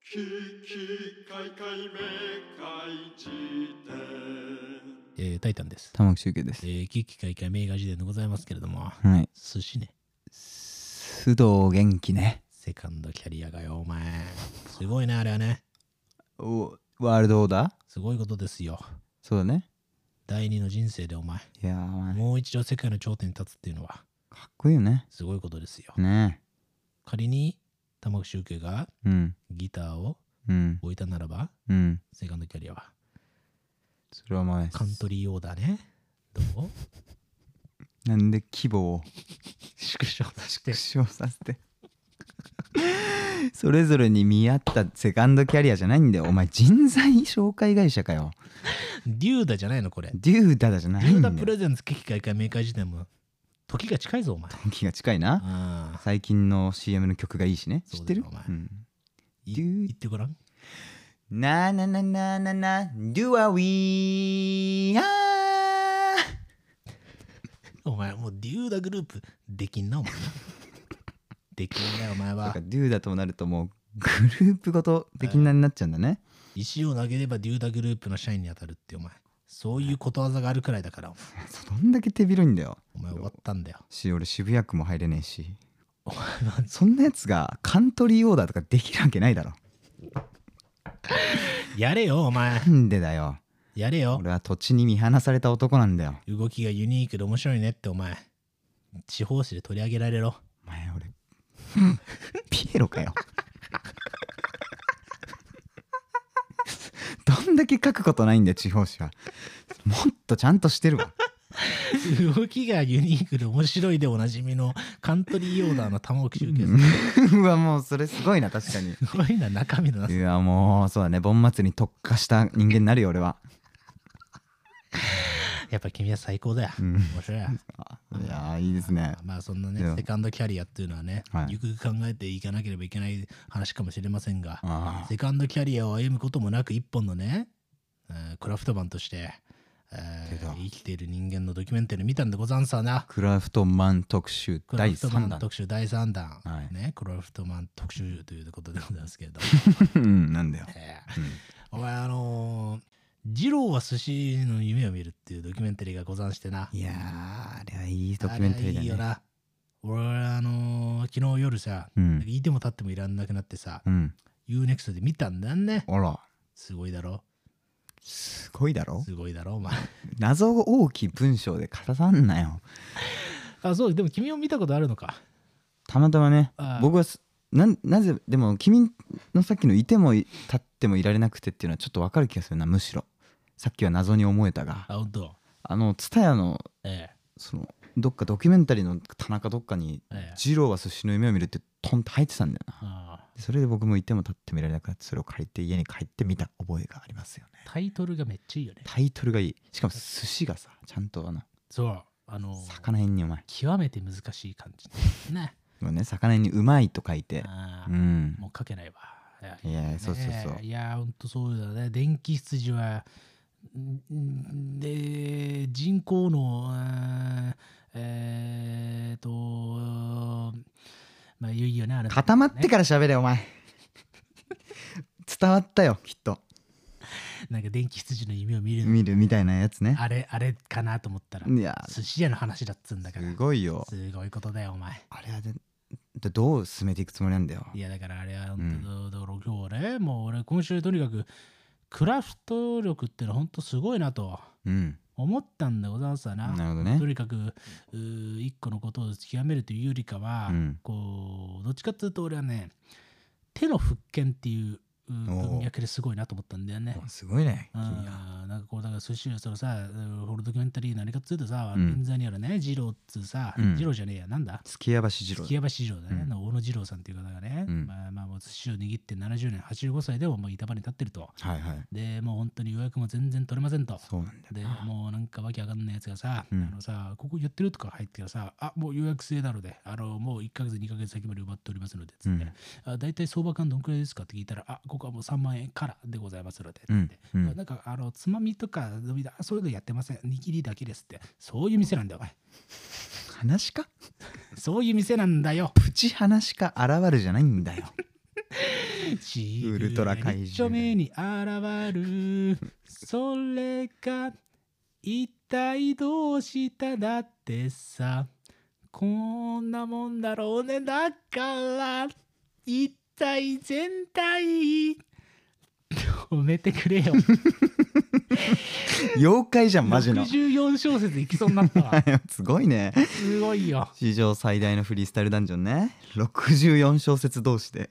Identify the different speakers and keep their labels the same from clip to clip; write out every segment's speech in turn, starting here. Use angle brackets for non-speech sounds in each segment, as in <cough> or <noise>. Speaker 1: ききかいかいめかいじ典えー、タイタンです。
Speaker 2: 玉木周慶です
Speaker 1: え。ー、危機開会名画辞典でございますけれども、
Speaker 2: はい。
Speaker 1: 寿司ね、
Speaker 2: 須藤元気ね。
Speaker 1: セカンドキャリアがよ、お前。すごいね、あれはね。
Speaker 2: おワールドオーダー
Speaker 1: すごいことですよ。
Speaker 2: そうだね。
Speaker 1: 第二の人生でお前、
Speaker 2: いやー、お前か
Speaker 1: もう一度世界の頂点に立つっていうのは、
Speaker 2: っこいいよね。
Speaker 1: すごいことですよ。
Speaker 2: ね
Speaker 1: 仮に、玉木周慶が
Speaker 2: え。うん。
Speaker 1: ギターを
Speaker 2: うん。
Speaker 1: 置いたならば、
Speaker 2: うん。
Speaker 1: セカンドキャリアは、
Speaker 2: それはお前、
Speaker 1: カントリーオーダーね。どう
Speaker 2: なんで規模を
Speaker 1: 縮小させて。
Speaker 2: 縮小させて。 <laughs> それぞれに見合ったセカンドキャリアじゃないんだよ。お前、人材紹介会社かよ。
Speaker 1: デューダじゃないの、これ。
Speaker 2: デューダダじゃな
Speaker 1: デ
Speaker 2: い
Speaker 1: ュー
Speaker 2: んだ
Speaker 1: ダ
Speaker 2: よ
Speaker 1: プ。レゼンツ危機開会明快時点も、時が近いぞ、お前。
Speaker 2: 気が近いな。
Speaker 1: ああ。
Speaker 2: 最近の CM の曲がいいしね。知ってる
Speaker 1: そうだよお前
Speaker 2: うん。
Speaker 1: い
Speaker 2: デュー
Speaker 1: 言ってごらん。
Speaker 2: なあなあなあなあなあなあ、do a we あ
Speaker 1: お前もうデューダグループできんなお
Speaker 2: <laughs>
Speaker 1: 前なできんなお前
Speaker 2: ーそう
Speaker 1: は
Speaker 2: か、do だとなるともうグループごと的なになっちゃうんだね。
Speaker 1: 石を投げればデューダグループの社員に当たるってお前そういうことわざがあるくらいだから
Speaker 2: <laughs>
Speaker 1: お前
Speaker 2: そうどんだけ手広いんだよ。
Speaker 1: お前終わったんだよ
Speaker 2: し、俺渋谷区も入れねえし。
Speaker 1: お前は
Speaker 2: そんなやつがカントリーオーダーとかできるわけないだろ。
Speaker 1: やれよお前
Speaker 2: なんでだよ。
Speaker 1: やれよ
Speaker 2: 俺は土地に見放された男なんだよ。
Speaker 1: 動きがユニークで面白いねってお前地方紙で取り上げられろ
Speaker 2: お前俺、 <laughs> ピエロかよ。 <laughs> どんだけ書くことないんだよ、地方紙は。もっとちゃんとしてるわ。
Speaker 1: 動きがユニークで面白いでおなじみのカントリーオーダーの玉置周慶さん
Speaker 2: <laughs> うんうわもうそれすごいな確かに
Speaker 1: すごいな中身のなさ
Speaker 2: いやもうそうだね盆末に特化した人間になるよ俺は
Speaker 1: やっぱ君は最高だよ
Speaker 2: うん
Speaker 1: 面白いよ
Speaker 2: あいやーいいですね
Speaker 1: まあそんな
Speaker 2: で
Speaker 1: ね
Speaker 2: は
Speaker 1: セカンドキャリアっていうのはね、
Speaker 2: はい
Speaker 1: ゆくゆく考えていかなければいけない話かもしれませんが
Speaker 2: あ
Speaker 1: セカンドキャリアを歩むこともなく一本のね、えークラフトマンとして、えー
Speaker 2: 出た
Speaker 1: 生きている人間のドキュメンタリー見たんでござんさな
Speaker 2: ークラフトマン特集
Speaker 1: クラ
Speaker 2: 第
Speaker 1: フトマ
Speaker 2: 3
Speaker 1: ン
Speaker 2: 弾
Speaker 1: 特集第3弾、
Speaker 2: はい
Speaker 1: ね、クラフトマン特集ということでございますけれども、
Speaker 2: <laughs> <laughs> うんなんだよ、
Speaker 1: えーお
Speaker 2: うん
Speaker 1: 前あのー二郎は寿司の夢を見るっていうドキュメンタリーがござんしてない
Speaker 2: やーあれはいいドキュメンタリー
Speaker 1: あれ
Speaker 2: だ
Speaker 1: はいい
Speaker 2: ね
Speaker 1: よな俺あのー昨日夜さ、
Speaker 2: うん
Speaker 1: いても立ってもいらんなくなってさ、
Speaker 2: うん
Speaker 1: UNEXT で見たんだね。
Speaker 2: あら
Speaker 1: すごいだろ。
Speaker 2: すごいだろ
Speaker 1: すごいだろ、お前。
Speaker 2: 謎大きい文章で語らんなよ
Speaker 1: <laughs> あ、そう、でも君も見たことあるのか。
Speaker 2: たまたまね
Speaker 1: あー
Speaker 2: 僕はすなんなぜでも君のさっきのいてもい立ってもいられなくてっていうのはちょっとわかる気がするなむしろさっきは謎に思えたが
Speaker 1: あ、ほんと。
Speaker 2: あの蔦屋の
Speaker 1: ええ。
Speaker 2: そのどっかドキュメンタリーの田中どっかに
Speaker 1: ええ
Speaker 2: 「二郎は寿司の夢を見る」ってトンって入ってたんだよな
Speaker 1: あ
Speaker 2: でそれで僕もいても立ってもいられなくなってそれを借りて家に帰って見た覚えがありますよね
Speaker 1: タイトルがめっちゃいいよね。
Speaker 2: タイトルがいいしかも寿司がさちゃんとあの
Speaker 1: そう。あのー
Speaker 2: 魚辺にうまい
Speaker 1: 極めて難しい感じ。ね。
Speaker 2: もうね魚辺にうまいと書いて
Speaker 1: ああ
Speaker 2: うん
Speaker 1: もう書けないわ。い
Speaker 2: いやいやそうそうそう
Speaker 1: ねえいや、ほんとそうだね。電気羊は、んんで、人口の、うんえー、と、まあ、いよいよね、あれ、
Speaker 2: <laughs> 固まってから喋れお前 <laughs> 伝わったよきっと
Speaker 1: なんか電気羊の夢を見るの
Speaker 2: 見るみたいなやつね
Speaker 1: あれあれかなと思ったら
Speaker 2: いや
Speaker 1: 寿司屋の話だっつうんだから
Speaker 2: すごいよ
Speaker 1: すごいことだよお前
Speaker 2: あれはででどう進めていくつもりなんだよ
Speaker 1: いやだからあれは
Speaker 2: ん
Speaker 1: 本当だから今日ねもう俺今週とにかくクラフト力ってのは本当すごいなと
Speaker 2: うん
Speaker 1: 思ったんでございますわな
Speaker 2: なるほどね
Speaker 1: とにかくうー一個のことを極めるというよりかは、
Speaker 2: うん
Speaker 1: こうどっちかっていうと俺はね手の復権っていううー
Speaker 2: おう
Speaker 1: 文脈ですごいなと思ったんだよね
Speaker 2: すごいね君は
Speaker 1: あーなんかこうだから寿司屋そのさホルドキュメンタリー何かっつうとさ、
Speaker 2: うん
Speaker 1: 銀座にあるね二郎っつうさ、
Speaker 2: うん
Speaker 1: 二郎じゃねえやなんだ
Speaker 2: 月屋橋二郎
Speaker 1: 月山市場だね、
Speaker 2: うん
Speaker 1: の大野二郎さんっていう方がね、
Speaker 2: うん
Speaker 1: まあまあもう寿司を握って70年85歳でももう板場に立ってると
Speaker 2: はいはい
Speaker 1: でもう本当に予約も全然取れませんと
Speaker 2: そうなんだよ
Speaker 1: で
Speaker 2: な
Speaker 1: もうなんかわけわかんないやつがさ、
Speaker 2: うん
Speaker 1: あのさここやってるとか入ってからさあもう予約制なのであのもう1ヶ月2ヶ月先まで埋まっておりますのでつって、あ大体相場感どんくらいですかって聞いたらあここはもう3万円からでございますのでつって、
Speaker 2: うんうん
Speaker 1: なんかあのつまみとか飲みだあそういうのやってません握りだけですってそういう店なんだよお前
Speaker 2: 話か
Speaker 1: そういう店なんだよ
Speaker 2: <laughs> プチ話か現るじゃないんだよウルトラ怪獣
Speaker 1: 一丁目に現るそれが一体どうしただってさこんなもんだろうねだから一体全体止めてくれよ
Speaker 2: 妖怪じゃんマジの
Speaker 1: 64小節いきそうになったわ
Speaker 2: <laughs> すごいね
Speaker 1: すごいよ
Speaker 2: 史上最大のフリースタイルダンジョンね64小節同士で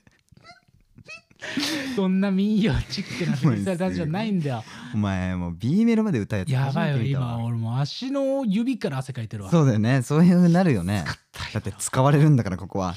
Speaker 1: そんな民謡チックなフリースタイルダンジョンないんだよ
Speaker 2: お前もう B メロまで歌えた
Speaker 1: やばいよ
Speaker 2: 初めて見たわ
Speaker 1: 今俺もう足の指から汗かいてるわ
Speaker 2: そうだよねそういうふうになるよねだって使われるんだからここは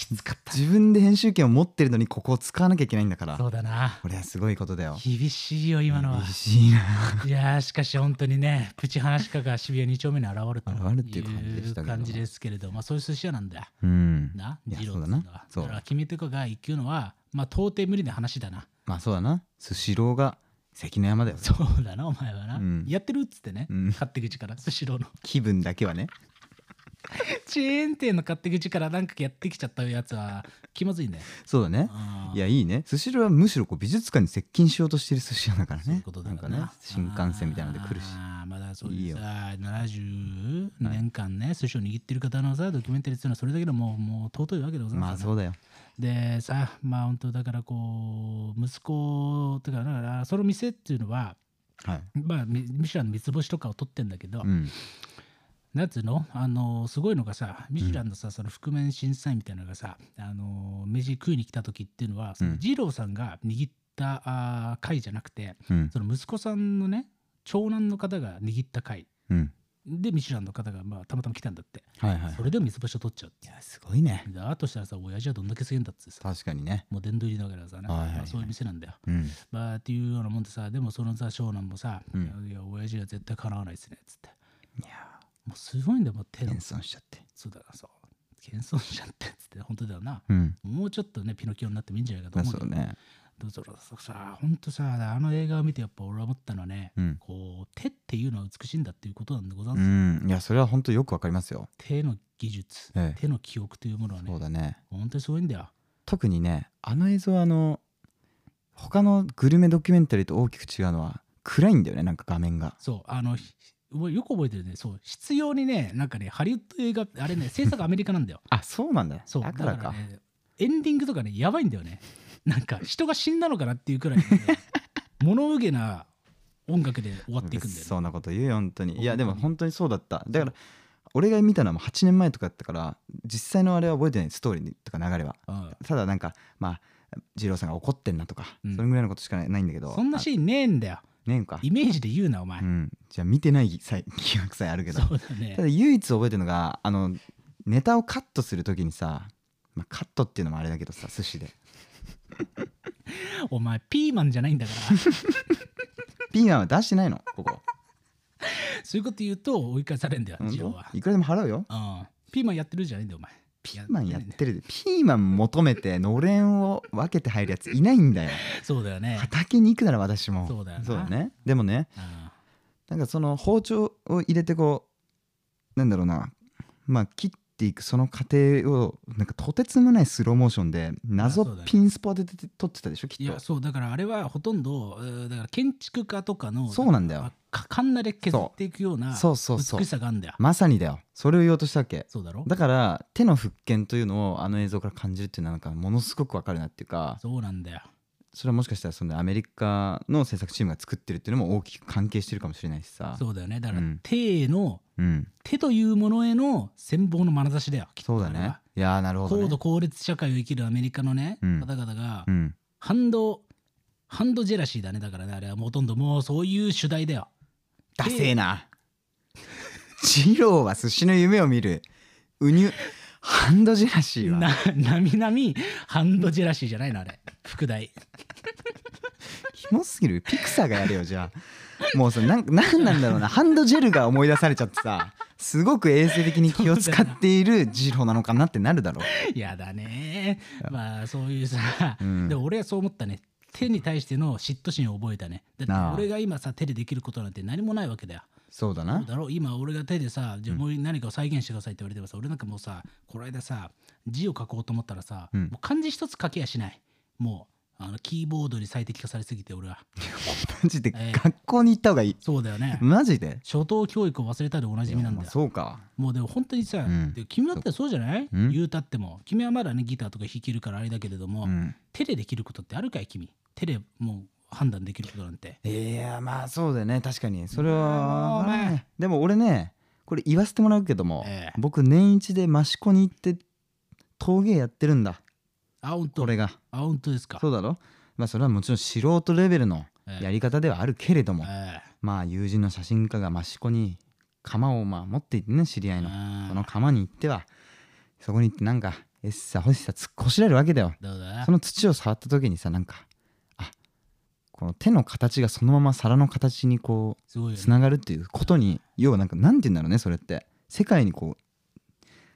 Speaker 2: 自分で編集権を持ってるのにここを使わなきゃいけないんだから
Speaker 1: そうだな
Speaker 2: これはすごいことだよ
Speaker 1: 厳しいよ今のは
Speaker 2: 厳しいない
Speaker 1: やーしかし本当にねプチ話し家が渋谷2丁目に現れた
Speaker 2: 現れっていう感じでしたけども
Speaker 1: 感じですけれどまあそういう寿司屋なんだ
Speaker 2: うん
Speaker 1: ない
Speaker 2: や
Speaker 1: 二郎
Speaker 2: そう
Speaker 1: っ
Speaker 2: だ
Speaker 1: てい
Speaker 2: な
Speaker 1: うのは
Speaker 2: そ
Speaker 1: だ
Speaker 2: う
Speaker 1: から君とかが行くのはまあ到底無理な話だな
Speaker 2: まあそうだなスシローが関の山だよ
Speaker 1: そうだなお前はな、
Speaker 2: うん
Speaker 1: やってるっつってね、
Speaker 2: うん
Speaker 1: 勝手口からスシローの
Speaker 2: 気分だけはね
Speaker 1: チェーン店の勝手口からなんかやってきちゃったやつは気まずいんだよ
Speaker 2: そうだねいやいいねスシローはむしろこう美術館に接近しようとしてる寿司屋だからね
Speaker 1: そういうことだ
Speaker 2: な
Speaker 1: よ
Speaker 2: んかね新幹線みたいなので来るし
Speaker 1: あーまだそう
Speaker 2: いい
Speaker 1: いう
Speaker 2: よ
Speaker 1: さ70年間ね寿司を握ってる方のさドキュメンタリーっていうのはそれだけでもうもう尊いわけでござい
Speaker 2: ま
Speaker 1: ま
Speaker 2: あ
Speaker 1: すよ
Speaker 2: そうだよ
Speaker 1: でさまあ本当だからこう息子とかだからその店っていうのは
Speaker 2: はい
Speaker 1: まあミミシュランの三つ星とかを取ってんだけど、
Speaker 2: うん
Speaker 1: なんつうのあのすごいのがさミシュランのさその覆面審査員みたいなのがさあの飯食いに来た時っていうのはその
Speaker 2: うん
Speaker 1: 二郎さんが握ったあー貝じゃなくて
Speaker 2: うん
Speaker 1: その息子さんのね長男の方が握った貝
Speaker 2: うん
Speaker 1: でミシュランの方がまあたまたま来たんだって
Speaker 2: はいはい
Speaker 1: それでも三つ星を取っちゃうって
Speaker 2: いやすごいね
Speaker 1: でだとしたらさ親父はどんだけすげえんだってさ
Speaker 2: 確かにね
Speaker 1: もう殿堂入りだからさ、なんか
Speaker 2: はいはいはい
Speaker 1: まあそういう店なんだよ
Speaker 2: うん
Speaker 1: まあっていうようなもんでさでもそのさ長男もさ「
Speaker 2: うん
Speaker 1: いや親父は絶対かなわないですね」っつって
Speaker 2: いや
Speaker 1: もうすごいんだよもう手の
Speaker 2: 謙遜しちゃって
Speaker 1: そうだなそう謙遜しちゃってっつって本当だよな
Speaker 2: うん
Speaker 1: もうちょっとねピノキオになってもいいんじゃないかと
Speaker 2: まあ
Speaker 1: 思う
Speaker 2: そ
Speaker 1: けど
Speaker 2: うね
Speaker 1: どうぞさ本当さあの映画を見てやっぱ俺は思ったのはね、
Speaker 2: うん
Speaker 1: こう手っていうのは美しいんだっていうことなんでございます、
Speaker 2: うんいやそれは本当よくわかりますよ
Speaker 1: 手の技術、
Speaker 2: ええ
Speaker 1: 手の記憶というものはね
Speaker 2: そうだね
Speaker 1: 本当にすごいんだよ
Speaker 2: 特にねあの映像はあの他のグルメドキュメンタリーと大きく違うのは暗いんだよねなんか画面が
Speaker 1: そうあのひおよく覚えてるねそう必要にねなんかねハリウッド映画あれ
Speaker 2: <laughs>
Speaker 1: ね制作アメリカなんだよ
Speaker 2: あそうなんだ
Speaker 1: そう
Speaker 2: だからか
Speaker 1: ね、エンディングとかねやばいんだよねなんか人が死んだのかなっていうく
Speaker 2: <laughs>
Speaker 1: らい、ね、物憂げな音楽で終わっていくんだよね
Speaker 2: そうなこと言うよ本当にいや
Speaker 1: 本当に
Speaker 2: でも本当にそうだっただから俺が見たのはもう8年前とかだったから実際のあれは覚えてないストーリーとか流れは
Speaker 1: うん
Speaker 2: ただなんかまあ二郎さんが怒ってんなとか、
Speaker 1: うん
Speaker 2: それぐらいのことしかないんだけど
Speaker 1: そんなシーンねえんだよ
Speaker 2: あねえんか
Speaker 1: イメージで言うなお前、
Speaker 2: うんじゃあ見てないさ <laughs> い記憶さえあるけど
Speaker 1: そうだ
Speaker 2: た
Speaker 1: ね
Speaker 2: だ唯一覚えてるのがあのネタをカットするときにさ、まあ、カットっていうのもあれだけどさ寿司で
Speaker 1: お前ピーマンじゃないんだから <laughs>
Speaker 2: ピーマンは出してないのここ
Speaker 1: そういうこと言うと追い返されんだよ
Speaker 2: 本
Speaker 1: ジロー
Speaker 2: 当
Speaker 1: は、
Speaker 2: いくらでも払うよ
Speaker 1: うん、ピーマンやってるじゃないんだよお前
Speaker 2: ピーマンやっ
Speaker 1: ないんだよ
Speaker 2: てるでピーマン求めてのれんを分けて入るやついないんだよ
Speaker 1: そうだよね、
Speaker 2: 畑に行くなら私も
Speaker 1: そうだよな
Speaker 2: ねでもね
Speaker 1: うん
Speaker 2: なんかその包丁を入れてこうなんだろうなまあ切っていくその過程をなんかとてつもないスローモーションで謎
Speaker 1: あそうだね
Speaker 2: ピンスポで撮ってたでしょき
Speaker 1: い
Speaker 2: っと
Speaker 1: やそうだからあれはほとんどえーだから建築家とかの
Speaker 2: そうなんだよ
Speaker 1: かかんなで削っていくような
Speaker 2: そうそうそう
Speaker 1: 美しさがあるんだよ
Speaker 2: まさにだよそれを言おうとしたわけ
Speaker 1: そうだろ
Speaker 2: だから手の復権というのをあの映像から感じるっていうのはなんかものすごくわかるなっていうか
Speaker 1: そうなんだよ
Speaker 2: それはもしかしたらそのアメリカの制作チームが作ってるっていうのも大きく関係してるかもしれないしさ
Speaker 1: そうだよねだから
Speaker 2: うん
Speaker 1: 手への
Speaker 2: うん
Speaker 1: 手というものへの羨望の眼差しだよきっと
Speaker 2: そうだ
Speaker 1: あれ
Speaker 2: ね
Speaker 1: はい
Speaker 2: やーなるほど、ね、
Speaker 1: 高度高烈社会を生きるアメリカのね
Speaker 2: うん
Speaker 1: 方々が
Speaker 2: うん
Speaker 1: ハンドハンドジェラシーだねだからねあれはもうほとんどもうそういう主題だよ
Speaker 2: ダセえな <laughs> 二郎は寿司の夢を見るウニュハンドジェラシーは
Speaker 1: ななみなみハンドジェラシーじゃないのあれ副題
Speaker 2: キモすぎるピクサーがやれよじゃあもうそれなんなんなんだろうなハンドジェルが思い出されちゃってさすごく衛生的に気を使っている二郎なのかなってなるだろ
Speaker 1: やだねまあそういうさ、
Speaker 2: うん
Speaker 1: でも俺はそう思ったね手に対しての嫉妬心を覚えたねだ
Speaker 2: な
Speaker 1: っ
Speaker 2: あ
Speaker 1: て俺が今さ手でできることなんて何もないわけだよ
Speaker 2: そうだ
Speaker 1: そ
Speaker 2: な
Speaker 1: うだろ今俺が手でさじゃあもう何かを再現してくださいって言われてもさ、俺なんかもうさこの間さ字を書こうと思ったらさ、
Speaker 2: うん
Speaker 1: もう漢字一つ書けやしないもうあのキーボードに最適化されすぎて俺は
Speaker 2: マジで
Speaker 1: ええ
Speaker 2: 学校に行った方がいい
Speaker 1: そうだよね
Speaker 2: マジで
Speaker 1: 初等教育を忘れたでおなじみなん
Speaker 2: いやま
Speaker 1: だ
Speaker 2: あ
Speaker 1: よ
Speaker 2: そうか
Speaker 1: もうでも本当にさ、
Speaker 2: うん
Speaker 1: で君だったらそうじゃない、
Speaker 2: うん
Speaker 1: 言うたっても君はまだねギターとか弾けるからあれだけれども、
Speaker 2: うん
Speaker 1: 手でできることってあるかい君手でもう判断できることなんて
Speaker 2: いやまあそうだよね確かにそれ
Speaker 1: まあ
Speaker 2: は
Speaker 1: まあ
Speaker 2: ねでも俺ねこれ言わせてもらうけども
Speaker 1: ええ
Speaker 2: 僕年一で益子に行って陶芸やってるんだ
Speaker 1: あ本当
Speaker 2: これが
Speaker 1: あ本当ですか
Speaker 2: そうだろまあそれはもちろん素人レベルの
Speaker 1: ええ
Speaker 2: やり方ではあるけれども
Speaker 1: え
Speaker 2: まあ友人の写真家が益子に釜をまあ持っていってね知り合
Speaker 1: え
Speaker 2: いの
Speaker 1: ああ
Speaker 2: その釜に行ってはそこに行ってなんかエッサ欲しさ突っこしられるわけだよ
Speaker 1: どうだ
Speaker 2: その土を触った時にさなんかあこの手の形がそのまま皿の形にこ
Speaker 1: すごいうよ
Speaker 2: つ
Speaker 1: ね
Speaker 2: ながるっていうことに要はなんかなんて言うんだろうねそれって世界にこ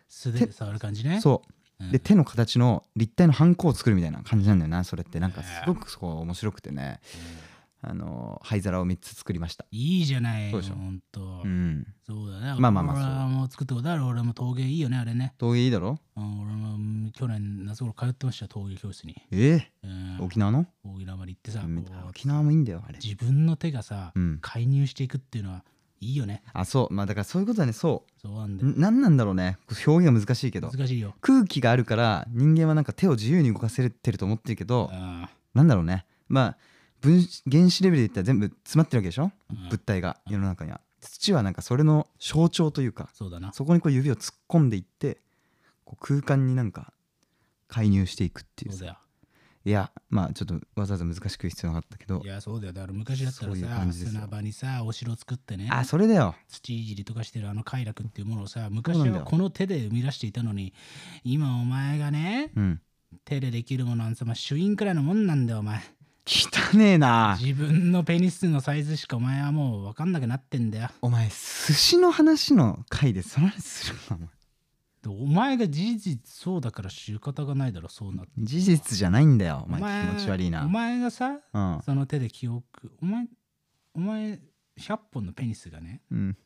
Speaker 1: 素手で触る感じね
Speaker 2: うそううんで手の形の立体のハンコを作るみたいな感じなんだよなそれってなんかすごくそこ面白くてねあの灰皿を3つ作りました
Speaker 1: いいじゃない
Speaker 2: そう
Speaker 1: よ
Speaker 2: でしょ
Speaker 1: 本当
Speaker 2: うん
Speaker 1: そうだね
Speaker 2: まあまあまあ
Speaker 1: 俺はもう作ったことある俺も陶芸いいよねあれね
Speaker 2: 陶芸いいだろ
Speaker 1: うん俺もうん去年夏頃通ってましたよ陶芸教室に
Speaker 2: え
Speaker 1: うん
Speaker 2: ー、沖縄の
Speaker 1: 大縄まで行ってさ
Speaker 2: うん
Speaker 1: こう
Speaker 2: 沖縄もいいんだよあれ
Speaker 1: 自分の手がさ
Speaker 2: うん
Speaker 1: 介入していくっていうのはいいよね
Speaker 2: あそうまあだからそういうことだねそ
Speaker 1: そうなんだ
Speaker 2: う
Speaker 1: よ
Speaker 2: ん何なんだろうね表現が難しいけど
Speaker 1: 難しいよ
Speaker 2: 空気があるから人間はなんか手を自由に動かせてると思ってるけど
Speaker 1: あ
Speaker 2: なんだろうねまあ分子原子レベルで言ったら全部詰まってるわけでしょ
Speaker 1: うん
Speaker 2: 物体が世の中には土はなんかそれの象徴というか
Speaker 1: そうだな
Speaker 2: そこにこう指を突っ込んでいってこう空間になんか介入していくっていう
Speaker 1: そう
Speaker 2: さ
Speaker 1: だよ
Speaker 2: いやまあちょっとわざわざ難しく言う必要なかったけど
Speaker 1: いやそうだよだから昔だったら
Speaker 2: そういう
Speaker 1: さ
Speaker 2: 感じですよ
Speaker 1: 砂場にさお城作ってね
Speaker 2: あそれだよ
Speaker 1: 土いじりとかしてるあの快楽っていうものをさ
Speaker 2: だよ
Speaker 1: 昔はこの手で生み出していたのに今お前がね
Speaker 2: うん
Speaker 1: 手でできるものなんてまあ朱印くらいのもんなんだよお前
Speaker 2: 汚ねえな
Speaker 1: 自分のペニスのサイズしかお前はもう分かんなくなってんだよ
Speaker 2: お前寿司の話の回でその話するなお前
Speaker 1: でお前が事実そうだから仕方がないだろそうなって
Speaker 2: 事実じゃないんだよお前気持ち悪いな
Speaker 1: お前がさ
Speaker 2: うん
Speaker 1: その手で記憶お前お前100本のペニスがね
Speaker 2: うん、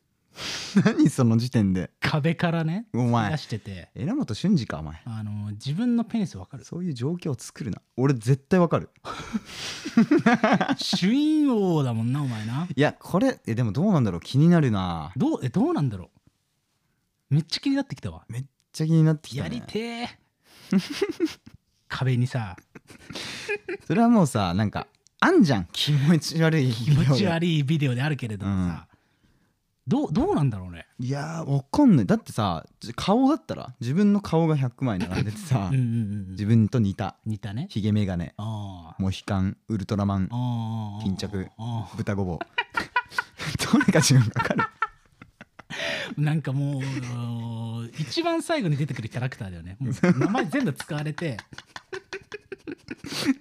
Speaker 2: <laughs> 何その時点で
Speaker 1: 壁からね
Speaker 2: お前
Speaker 1: 出してて
Speaker 2: 榎本俊二かお前
Speaker 1: あの自分のペニス分かる
Speaker 2: そういう状況を作るな俺絶対わかる
Speaker 1: 朱印王だもんなお前ない
Speaker 2: やこれえでもどうなんだろう気になるなめっ
Speaker 1: どうえどうなんだろうめっちゃ気になってきたわ
Speaker 2: ちゃ気になってきた、
Speaker 1: や
Speaker 2: ね、
Speaker 1: りてえ <laughs> 壁にさ
Speaker 2: それはもうさなんかあんじゃん気持ち悪い
Speaker 1: 気持ち悪いビデオであるけれどもさ、どうどうなんだろうね
Speaker 2: いやーわかんないだってさじ顔だったら自分の顔が100枚並んでてさ
Speaker 1: うんうんうんう
Speaker 2: 自
Speaker 1: ん
Speaker 2: 分と似た
Speaker 1: 似たね
Speaker 2: ヒゲメガネ
Speaker 1: あー
Speaker 2: モヒカンウルトラマン
Speaker 1: あー
Speaker 2: 巾着
Speaker 1: あ
Speaker 2: 豚ごぼう <laughs> どれが違うか分かる
Speaker 1: ーなんかもううー一番最後に出てくるキャラクターだよねもう名前全部使われて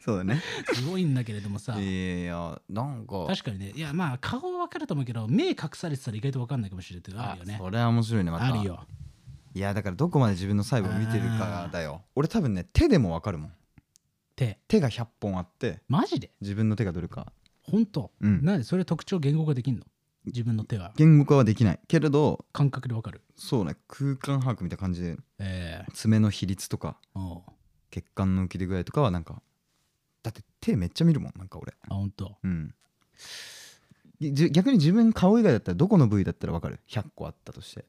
Speaker 2: そうだね
Speaker 1: すごいんだけれどもさ
Speaker 2: いやなんか
Speaker 1: 確かにねいやまあ顔は分かると思うけど目隠されてたら意外と分かんないかもしれないっていうのあるよね
Speaker 2: それは面白いねまた
Speaker 1: あるよ
Speaker 2: いやだからどこまで自分の細部を見てるかだよ俺多分ね手でもわかるもん
Speaker 1: 手
Speaker 2: 手が100本あって
Speaker 1: マジで
Speaker 2: 自分の手がどれか
Speaker 1: 本当、
Speaker 2: うん
Speaker 1: なんでそれ特徴言語化できんの自分の手は
Speaker 2: 言語化はできないけれど
Speaker 1: 感覚で分かる
Speaker 2: そうね空間把握みたいな感じで
Speaker 1: え
Speaker 2: 爪の比率とか
Speaker 1: えおう
Speaker 2: 血管の浮き出具合とかはなんかだって手めっちゃ見るもんなんか俺
Speaker 1: あ本当
Speaker 2: うんじ逆に自分顔以外だったらどこの部位だったらわかる100個あったとして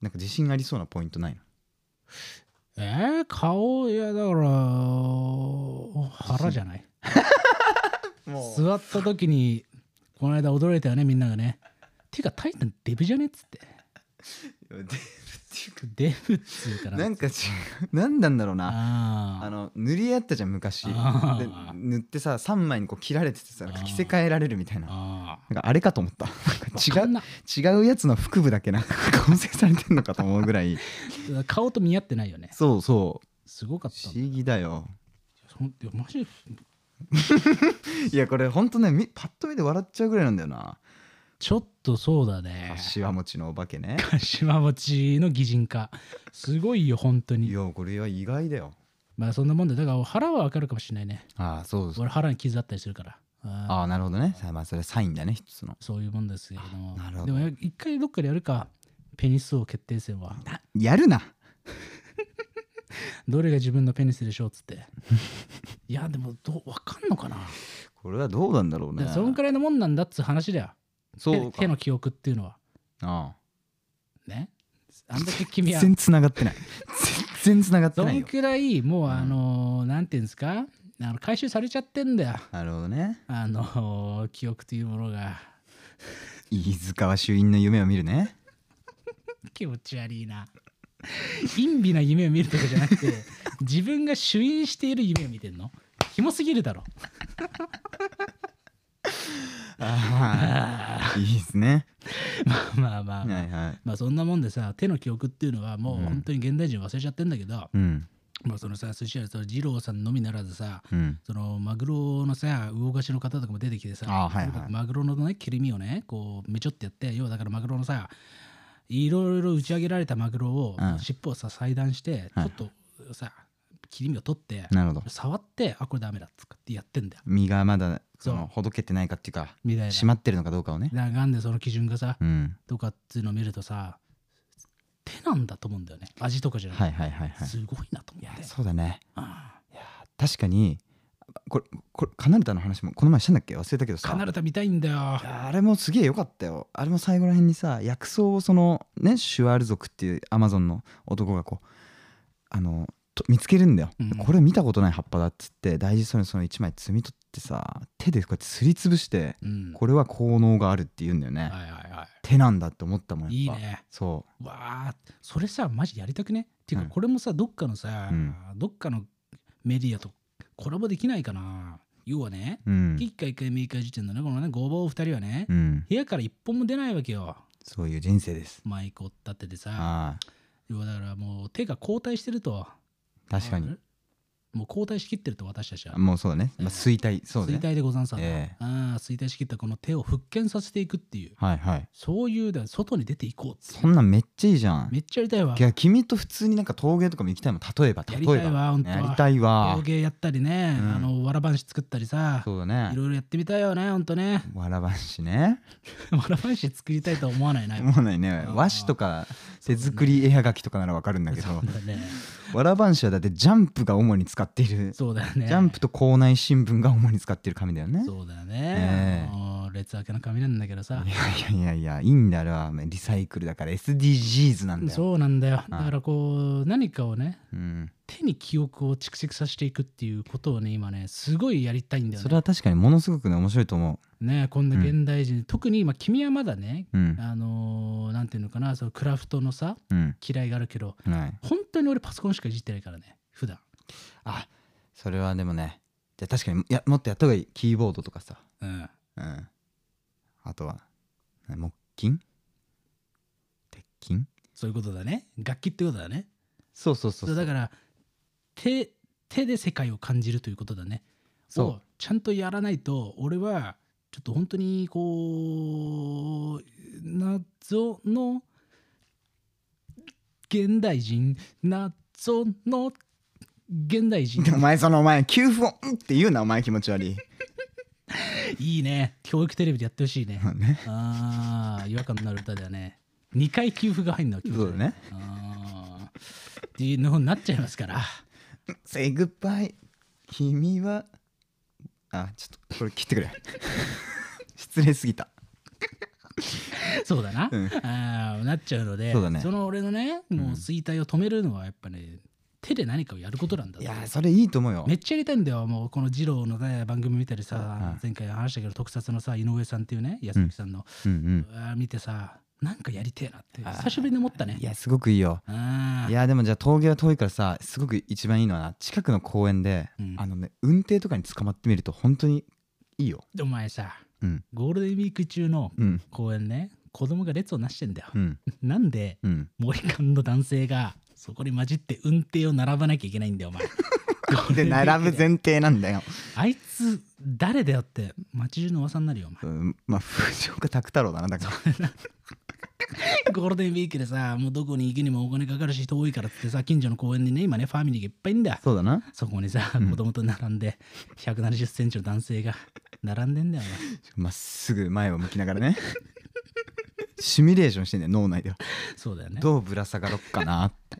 Speaker 2: なんか自信ありそうなポイントないの
Speaker 1: えー、顔いやだから腹じゃ
Speaker 2: <laughs>
Speaker 1: ない座った時にこの間驚いたよねみんながねてかタイタンデブじゃねっつって
Speaker 2: いやでっていうか
Speaker 1: デブっつうから
Speaker 2: なんか違う何 <laughs> なんだろうな
Speaker 1: あ
Speaker 2: あ
Speaker 1: あ
Speaker 2: の塗り合ったじゃん昔で
Speaker 1: あー
Speaker 2: 塗ってさ3枚にこう切られててさなんか着せ替えられるみたいななん
Speaker 1: ああ
Speaker 2: かあれかと思ったな
Speaker 1: わかん
Speaker 2: んか
Speaker 1: な
Speaker 2: 違う違うやつの腹部だけなんか構成されてんのかと思うぐらい
Speaker 1: 顔と見合ってないよね
Speaker 2: <laughs> そうそう
Speaker 1: すごかった
Speaker 2: 不
Speaker 1: んだ
Speaker 2: 思議だよ
Speaker 1: ほんいやマジで
Speaker 2: いやこれほんとねみパッと見て笑っちゃうぐらいなんだよな
Speaker 1: ちょっとそうだね
Speaker 2: 柏餅のお化けね
Speaker 1: 柏餅の擬人化すごいよ本当
Speaker 2: い
Speaker 1: に
Speaker 2: やこれは意外だよ
Speaker 1: まあそんなもんでだから腹はわかるかもしれないね
Speaker 2: ああそうそう
Speaker 1: 俺腹に傷あったりするからあー
Speaker 2: ああなるほどねさあまあそれサインだね一つの
Speaker 1: そういうもんですけれども
Speaker 2: なるほど
Speaker 1: でもや一回どっかでやるかペニス王決定戦は
Speaker 2: やるな <laughs>
Speaker 1: どれが自分のペニスでしょうっつっていやでもどうわかんのかな、
Speaker 2: これはどうなんだろう
Speaker 1: だか
Speaker 2: ね
Speaker 1: らそんくらいのもんなんだっつう話だよ
Speaker 2: そう
Speaker 1: 手
Speaker 2: か
Speaker 1: 手の記憶っていうのは
Speaker 2: ああ
Speaker 1: ねあんだけ君
Speaker 2: 全
Speaker 1: は
Speaker 2: 然つながってない全然つながって
Speaker 1: ど
Speaker 2: ない
Speaker 1: ん
Speaker 2: よ
Speaker 1: くらいもう
Speaker 2: うん
Speaker 1: あのーなんていうんですかあの回収されちゃってんだよ
Speaker 2: なるほどね
Speaker 1: あのー記憶というものが
Speaker 2: 飯塚は衆院の夢を見るね
Speaker 1: 気持ち悪いな陰微な夢を見るとかじゃなくて自分が主演している夢を見てんのキモすぎるだろ
Speaker 2: ああいいですね
Speaker 1: まあまあまあ、
Speaker 2: はいはい
Speaker 1: まあそんなもんでさ手の記憶っていうのはもう
Speaker 2: うん
Speaker 1: 本当に現代人忘れちゃってんだけど、
Speaker 2: うん
Speaker 1: まあそのさ寿司屋その二郎さんのみならずさ
Speaker 2: うん
Speaker 1: そのマグロのさ魚菓子の方とかも出てきてさ、
Speaker 2: あはいはい
Speaker 1: マグロのね切り身をねこうめちょってやって要はだからマグロのさいろいろ打ち上げられたマグロを、
Speaker 2: うん
Speaker 1: 尻尾をさ裁断して、
Speaker 2: はい
Speaker 1: ちょっとさ切り身を取って、
Speaker 2: なるほど
Speaker 1: 触ってあこれダメだっつってやってんだよ
Speaker 2: 身がまだそ
Speaker 1: そ
Speaker 2: の
Speaker 1: う
Speaker 2: ほどけてないかっていうか
Speaker 1: みたい
Speaker 2: 締
Speaker 1: な。
Speaker 2: まってるのかどうかをね
Speaker 1: だがんでその基準がさ、
Speaker 2: うん
Speaker 1: とかっていうのを見るとさ手なんだと思うんだよね味とかじゃなくて
Speaker 2: はいはいはいはい
Speaker 1: すごいなと思って。
Speaker 2: そうだね
Speaker 1: あ
Speaker 2: いや確かにこれこれカナルタの話もこの前したんだっけ忘れたけど
Speaker 1: あ
Speaker 2: さ
Speaker 1: カナルタ見たいんだよ
Speaker 2: い。やあれもすげえ良かったよあれも最後らへんにさ薬草をそのねシュワール族っていうアマゾンの男がこうあのと見つけるんだよ、
Speaker 1: うん
Speaker 2: これ見たことない葉っぱだっつって大事そうにその1枚摘み取ってさ手でこうやってすりつぶして
Speaker 1: うん。
Speaker 2: これは効能があるって言うんだよね、
Speaker 1: はいはいは
Speaker 2: 手なんだって思ったもん
Speaker 1: い。いい
Speaker 2: やっぱ
Speaker 1: ね。
Speaker 2: そ
Speaker 1: わあ、それさ、マジやりたくねっていうか、
Speaker 2: うん
Speaker 1: これもさ、どっかのさ、
Speaker 2: うん
Speaker 1: どっかのメディアとコラボできないかな。要はね、
Speaker 2: ううん、
Speaker 1: 一回一回メーカー時点のね、このね、ごぼう二人はね、
Speaker 2: うん、
Speaker 1: 部屋から一本も出ないわけよ。
Speaker 2: そういう人生です
Speaker 1: マイクを立っててさ、
Speaker 2: ああ
Speaker 1: 要はだからもう手が後退してると。
Speaker 2: 確かに。
Speaker 1: もう後退しきってると私たちは。
Speaker 2: もうそうだね、
Speaker 1: ええ
Speaker 2: まあ、衰退そう
Speaker 1: 衰
Speaker 2: ね
Speaker 1: 退でござんさ、
Speaker 2: ええ
Speaker 1: ああ衰退しきったこの手を復権させていくっていう
Speaker 2: はいはい
Speaker 1: そういうだから外に出ていこうっていう
Speaker 2: そんなんめっちゃいいじゃん
Speaker 1: めっちゃやりたいわ
Speaker 2: いや君と普通になんか陶芸とかも行きたいもん例えば
Speaker 1: や
Speaker 2: 例
Speaker 1: り
Speaker 2: え
Speaker 1: た
Speaker 2: ば
Speaker 1: いわ本当
Speaker 2: やりたいわ
Speaker 1: 陶芸やったりね、
Speaker 2: うん
Speaker 1: あのわらばんし作ったりさ、
Speaker 2: そうだね
Speaker 1: いろいろやってみたいよねほんとね <laughs>
Speaker 2: わらばんしね
Speaker 1: わらばんし作りたいとは思わないな
Speaker 2: 思わないね
Speaker 1: あー
Speaker 2: 和紙とか手作り絵はがきとかならわかるんだけ
Speaker 1: そ
Speaker 2: ど
Speaker 1: うだね
Speaker 2: わらばんしはだってジャンプが主に使っている
Speaker 1: そうだよね
Speaker 2: ジャンプと校内新聞が主に使っている紙だよね
Speaker 1: そうだよね
Speaker 2: え、え
Speaker 1: もう劣悪な紙なんだけどさ
Speaker 2: いやいやいやいやいいんだあれはリサイクルだから SDGs なんだよ
Speaker 1: そうなんだよ
Speaker 2: あ
Speaker 1: だからこう何かをね
Speaker 2: うん
Speaker 1: 手に記憶を蓄積させていくっていうことをね今ねすごいやりたいんだよ
Speaker 2: それ
Speaker 1: ね
Speaker 2: は確かにものすごくね面白いと思
Speaker 1: ねこんな
Speaker 2: うん
Speaker 1: 現代人、特に今君はまだね
Speaker 2: ううん
Speaker 1: あのーなんていうのかなそのクラフトのさ
Speaker 2: うん
Speaker 1: 嫌いがあるけど
Speaker 2: はい
Speaker 1: 本当に俺パソコンしかいじってないからね普段
Speaker 2: あそれはでもねじゃあ確かにいやもっとやった方がいいキーボードとかさ
Speaker 1: うん
Speaker 2: うん。あとは、な木琴鉄琴
Speaker 1: そういうことだね楽器ってことだね
Speaker 2: そうそうそ
Speaker 1: そうだから手手で世界を感じるということだね
Speaker 2: そう
Speaker 1: をちゃんとやらないと俺はちょっと本当にこう謎の現代人謎の現代人
Speaker 2: お前そのお前給付を「うん」って言うなお前気持ち悪
Speaker 1: <laughs>
Speaker 2: い
Speaker 1: いいね教育テレビでやってほしい
Speaker 2: <laughs>
Speaker 1: ね
Speaker 2: ね
Speaker 1: ああ違和感のある歌だよね2回給付が入るのは気持ち悪い
Speaker 2: そうだね
Speaker 1: あーっていうのになっちゃいます
Speaker 2: <laughs>
Speaker 1: から
Speaker 2: 「Say goodbye 君は」あちょっとこれ切ってくれ <laughs> 失礼すぎた
Speaker 1: そうだな、
Speaker 2: うん
Speaker 1: あーなっちゃうので
Speaker 2: そうだね
Speaker 1: の俺のねもう衰退を止めるのはやっぱね、手で何かをやることなんだ
Speaker 2: いやーそれいいと思うよ
Speaker 1: めっちゃやりたいんだよもうこの二郎の、ね、番組見たりさ、
Speaker 2: うん
Speaker 1: 前回話したけど特撮のさ井上さんっていうね安木さんの、
Speaker 2: うん
Speaker 1: あー見てさなんかやりてえなって
Speaker 2: あー
Speaker 1: 久しぶりに思った
Speaker 2: う
Speaker 1: ね
Speaker 2: んいやすごくいいよ
Speaker 1: あー
Speaker 2: いやでもじゃあ峠は遠いからさすごく一番いいのはな近くの公園で、
Speaker 1: うん
Speaker 2: あのね運転とかに捕まってみると本当にいいよ
Speaker 1: お前さ
Speaker 2: うん
Speaker 1: ゴールデンウィーク中の
Speaker 2: うん
Speaker 1: 公園ね子供が列をなしてんだよ、 <laughs>
Speaker 2: うん
Speaker 1: なんで
Speaker 2: うん
Speaker 1: 森間の男性がそこに混じって運転を並ばなきゃいけないんだよお <laughs> 前
Speaker 2: で並ぶ前提なんだよ
Speaker 1: あいつ誰だよって街中の噂になるよお前
Speaker 2: うんまあ藤岡拓太郎だなだから
Speaker 1: <laughs> ゴールデンウィークでさもうどこに行くにもお金かかるし人多いからっつってさ近所の公園にね今ねファミリーがいっぱいいんだ
Speaker 2: そうだな
Speaker 1: そこにさ子供と並んで1 7 0センチの男性が並んでんだよお前
Speaker 2: まっすぐ前を向きながら <laughs> ねシミュレーションしてんだよ脳内では
Speaker 1: <laughs> そうだよね
Speaker 2: どうぶら下がろっかなって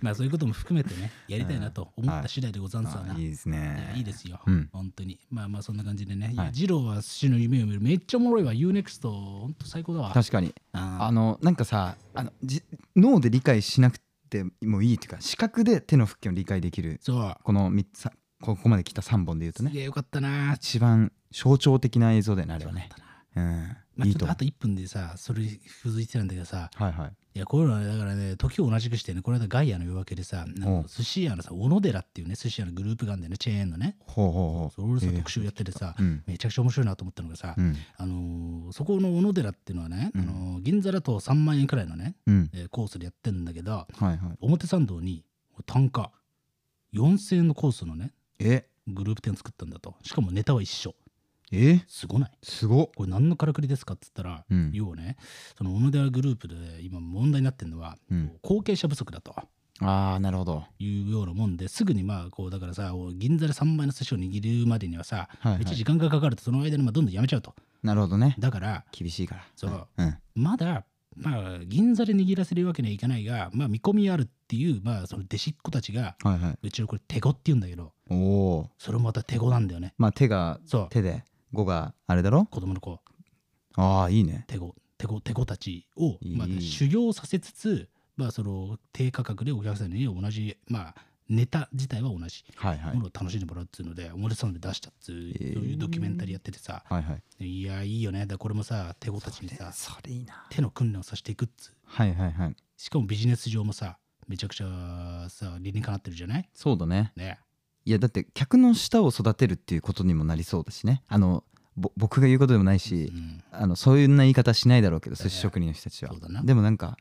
Speaker 1: まあそういうことも含めてねやりたいなと思った次第でござんすわな、
Speaker 2: あいいですね
Speaker 1: いやいいですよ、
Speaker 2: うん
Speaker 1: 本当にまあまあそんな感じでね、い
Speaker 2: は
Speaker 1: や
Speaker 2: い
Speaker 1: ジローは死の夢を見るめっちゃおもろいわ UNEXT 本当最高だわ
Speaker 2: 確かに
Speaker 1: あ
Speaker 2: あのなんかさあのじ脳で理解しなくてもいいっていうか視覚で手の腹筋を理解できる
Speaker 1: そう
Speaker 2: この三つさここまで来た3本で言うと
Speaker 1: す
Speaker 2: ね
Speaker 1: げえよかったな
Speaker 2: 一番象徴的な映像だよねあれは
Speaker 1: よ
Speaker 2: ね
Speaker 1: かったな
Speaker 2: う
Speaker 1: ま
Speaker 2: ん
Speaker 1: あ、ちょっ
Speaker 2: いいと
Speaker 1: と
Speaker 2: 思
Speaker 1: あと1分でさそれ付随してたんだけどさ
Speaker 2: うはいはい
Speaker 1: いやこういうのはねだからね時を同じくしてねこの間ガイアの夜明けでさあ
Speaker 2: お
Speaker 1: の
Speaker 2: う
Speaker 1: 寿司屋のさ小野寺っていうね寿司屋のグループがあんだよねチェーンのね
Speaker 2: ほうほうほ
Speaker 1: そうれ
Speaker 2: え
Speaker 1: さ
Speaker 2: ー
Speaker 1: 特集やっててさ、
Speaker 2: うん
Speaker 1: めちゃくちゃ面白いなと思ったのがさ、
Speaker 2: うん
Speaker 1: あのーそこの小野寺っていうのはね、
Speaker 2: うん
Speaker 1: あのー銀座だと3万円くらいのね、
Speaker 2: うん
Speaker 1: えーコースでやってんだけど
Speaker 2: はいはい
Speaker 1: 表参道に単価4000円のコースのね
Speaker 2: え
Speaker 1: グループ展作ったんだとしかもネタは一緒
Speaker 2: え
Speaker 1: すごない
Speaker 2: すごっ
Speaker 1: これ何のからくりですかっつったら、
Speaker 2: うん
Speaker 1: 要はねその小野寺グループで今問題になってるのは、
Speaker 2: うん
Speaker 1: 後継者不足だと
Speaker 2: ああなるほど
Speaker 1: いうようなもんですぐにまあこうだからさ銀座で3倍の寿司を握るまでにはさ、
Speaker 2: はいはい
Speaker 1: めっちゃ時間がかかるとその間にまあどんどんやめちゃうと
Speaker 2: なるほどね
Speaker 1: だから
Speaker 2: 厳しいから
Speaker 1: そう
Speaker 2: うん
Speaker 1: まだまあ銀座で握らせるわけにはいかないがまあ見込みあるっていうまあその弟子っ子たちが
Speaker 2: はいはいう
Speaker 1: ちのこれ手子って言うんだけど
Speaker 2: おお
Speaker 1: それもまた手子なんだよね
Speaker 2: まあ手が
Speaker 1: そう
Speaker 2: 手で語があれだろ
Speaker 1: 子供の子
Speaker 2: ああいいね
Speaker 1: 手子手子手子たちを、まあ
Speaker 2: いい
Speaker 1: 修行させつつまあその低価格でお客さんに同じまあネタ自体は同じ
Speaker 2: はいは
Speaker 1: ものを楽しんでもらうっていうので、オモレさんで出したっつう、
Speaker 2: えー
Speaker 1: そういうドキュメンタリーやっててさ
Speaker 2: はいはい
Speaker 1: いやいいよねだからこれもさ手子たちにさ
Speaker 2: それいいな
Speaker 1: 手の訓練をさせていくっつう
Speaker 2: はいはいはい
Speaker 1: しかもビジネス上もさめちゃくちゃさ理にかなってるじゃない
Speaker 2: そうだね
Speaker 1: ね
Speaker 2: いやだって客の舌を育てるっていうことにもなりそうだしねあのぼ僕が言うことでもないし、
Speaker 1: うん
Speaker 2: あのそういうな言い方しないだろうけど
Speaker 1: だ
Speaker 2: 寿
Speaker 1: ね
Speaker 2: 司職人の人たちは
Speaker 1: そうだな
Speaker 2: でもなんか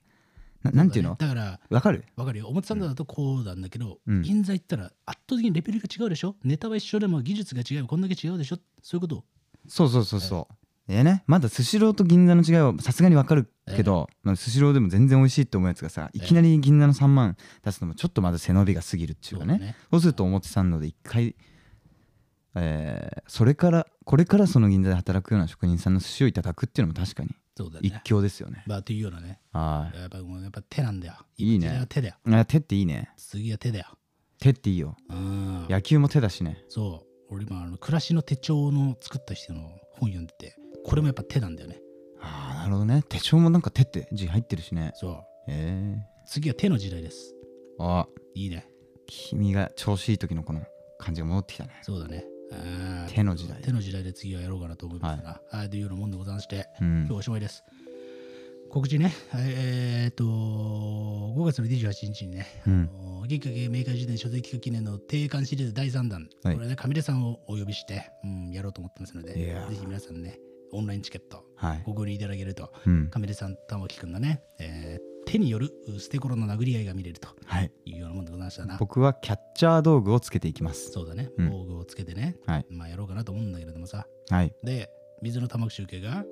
Speaker 2: ななんていうのわ、
Speaker 1: だから
Speaker 2: かる
Speaker 1: わかるよ表参道だとこうなんだけど、
Speaker 2: うん
Speaker 1: 銀座行ったら圧倒的にレベルが違うでしょネタは一緒でも技術が違うこんだけ違うでしょそういうことを
Speaker 2: そうそうそうそうえねまだスシローと銀座の違いはさすがにわかるけど、まあ、スシローでも全然美味しいって思うやつがさいきなり銀座の3万出すのもちょっとまだ背伸びが過ぎるっていうかね
Speaker 1: だ
Speaker 2: そうすると表参道で一回、えーそれからこれからその銀座で働くような職人さんの寿司をいただくっていうのも確かに
Speaker 1: そうだよ
Speaker 2: 一
Speaker 1: ね
Speaker 2: 興ですよね
Speaker 1: まあというようなね
Speaker 2: はい
Speaker 1: やっぱもうやっぱ手なんだよ
Speaker 2: いいね
Speaker 1: 時代は手だよ
Speaker 2: あ手っていいね
Speaker 1: 次は手だよ
Speaker 2: 手っていいよ
Speaker 1: うん
Speaker 2: 野球も手だしね
Speaker 1: そう俺今あの暮らしの手帳の作った人の本読んでてこれもやっぱ手なんだよね
Speaker 2: ああなるほどね手帳もなんか手って字入ってるしね
Speaker 1: そう
Speaker 2: え
Speaker 1: 次は手の時代です
Speaker 2: えあ
Speaker 1: いいね
Speaker 2: 君が調子いい時のこの感じが戻ってきたね
Speaker 1: そうだねあー
Speaker 2: 手の時代
Speaker 1: 手の時代で次はやろうかなと思いますが、はい、というようなもんでございまして
Speaker 2: う
Speaker 1: 今日
Speaker 2: ん
Speaker 1: おしまいです。告知ね、えーっと、5月の28日にね、
Speaker 2: うん
Speaker 1: あのギッカゲメーカー辞典書籍企画記念の定款シリーズ第3弾、
Speaker 2: はい
Speaker 1: これね、上出さんをお呼びして、うん、やろうと思ってますので、
Speaker 2: い
Speaker 1: ぜ
Speaker 2: やー
Speaker 1: ひ皆さんね、オンラインチケット、
Speaker 2: はい
Speaker 1: ご購入いただけると、
Speaker 2: うん
Speaker 1: 上出さん、玉木君のね、えー手による捨て頃の殴り合いが見れると
Speaker 2: はい
Speaker 1: いうようなもんでございましたな。
Speaker 2: 僕はキャッチャー道具をつけていきます
Speaker 1: そうだね、
Speaker 2: うん
Speaker 1: 防具をつけてね、
Speaker 2: はい
Speaker 1: まあやろうかなと思うんだけれどもさ。
Speaker 2: はい
Speaker 1: で、水の玉木集計が、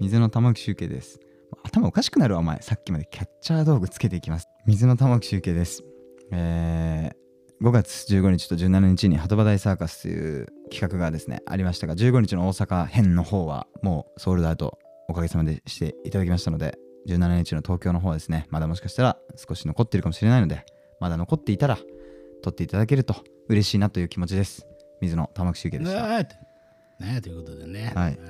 Speaker 2: 水の玉木集計です頭おかしくなるわお前さっきまでキャッチャー道具つけていきます水の玉木集計ですえー5月15日と17日に鳩場大サーカスという企画がですねありましたが15日の大阪編の方はもうソールドアウトおかげさまでしていただきましたので17日の東京の方はですねまだもしかしたら少し残ってるかもしれないのでまだ残っていたら撮っていただけると嬉しいなという気持ちです水の玉木集計でした
Speaker 1: ねえとねえということでね、
Speaker 2: はい
Speaker 1: あ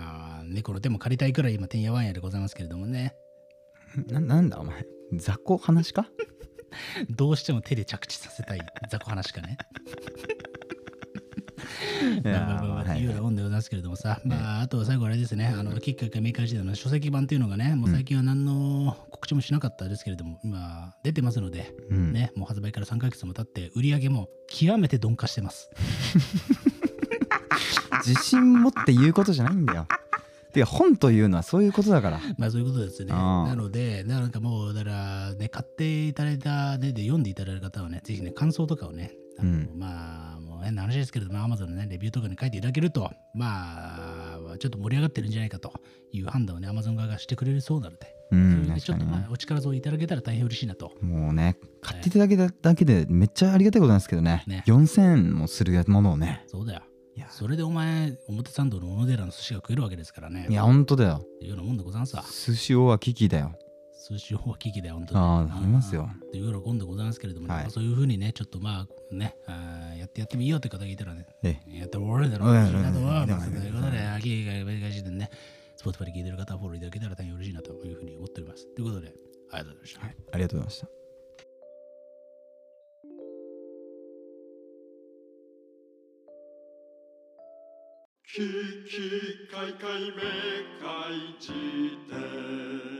Speaker 1: ー猫の手も借りたいくらい今てんやわんやでございますけれどもね <laughs>
Speaker 2: ななんだお前雑魚話か
Speaker 1: どうしても手で着地させたい雑魚話かね。
Speaker 2: <laughs> いやー
Speaker 1: まあまあまあまあ
Speaker 2: はい
Speaker 1: いうようなもんでございますけれどもさ、まあ、あとは最後あれですね、あの、キッカーかメーカー時代の書籍版というのがね、もう最近は何の告知もしなかったですけれども、今、出てますので、
Speaker 2: うん
Speaker 1: ね、もう発売から3ヶ月も経って、売り上げも極めて鈍化してます。
Speaker 2: 自信持って言うことじゃないんだよ。てか本というのはそういうことだから。
Speaker 1: まあそういうことですね。
Speaker 2: ああ
Speaker 1: なので、なんかもう、だから、ね、買っていただいた、ね、で読んでいただいた方はね、ぜひね、感想とかをね、あの
Speaker 2: うん
Speaker 1: まあ、もう変な話ですけれども、アマゾンのね、レビューとかに書いていただけると、まあ、ちょっと盛り上がってるんじゃないかという判断をね、アマゾン側がしてくれるそうなので、
Speaker 2: う
Speaker 1: それ
Speaker 2: ん、
Speaker 1: で
Speaker 2: 確
Speaker 1: ちょ
Speaker 2: か
Speaker 1: っと、
Speaker 2: に
Speaker 1: まあ
Speaker 2: ね、。
Speaker 1: お力添えいただけたら大変嬉しいなと。
Speaker 2: もうね、買っていただけただけでめっちゃありがたいことなんですけどね。
Speaker 1: ね
Speaker 2: 4000円もするやものをね。
Speaker 1: そうだよ。
Speaker 2: いや、
Speaker 1: それでお前、表参道の小野寺の寿司が食えるわけですからね。
Speaker 2: いや本当だよ。
Speaker 1: というようなもんでござんすわ。
Speaker 2: 寿司王はキキだよ。
Speaker 1: 数週放棄機だよ、本当に。
Speaker 2: ああありますよ
Speaker 1: うん。という喜んでございますけれども、ね
Speaker 2: はい
Speaker 1: まあそういうふうにね、ちょっとまあね、あーやってやってみようって方がいたらね、
Speaker 2: え
Speaker 1: やってもらえるだろ
Speaker 2: うん
Speaker 1: う
Speaker 2: うん
Speaker 1: な
Speaker 2: うん
Speaker 1: とは、まあ
Speaker 2: うん
Speaker 1: ということで、秋が難しいでね、スポーツパで聞いてる方はフォローいただけたら大変嬉しいなというふうに思っております。ということで、ありがとうございました。
Speaker 2: はい、ありがとうございました
Speaker 3: キキカイカイメカイ辞典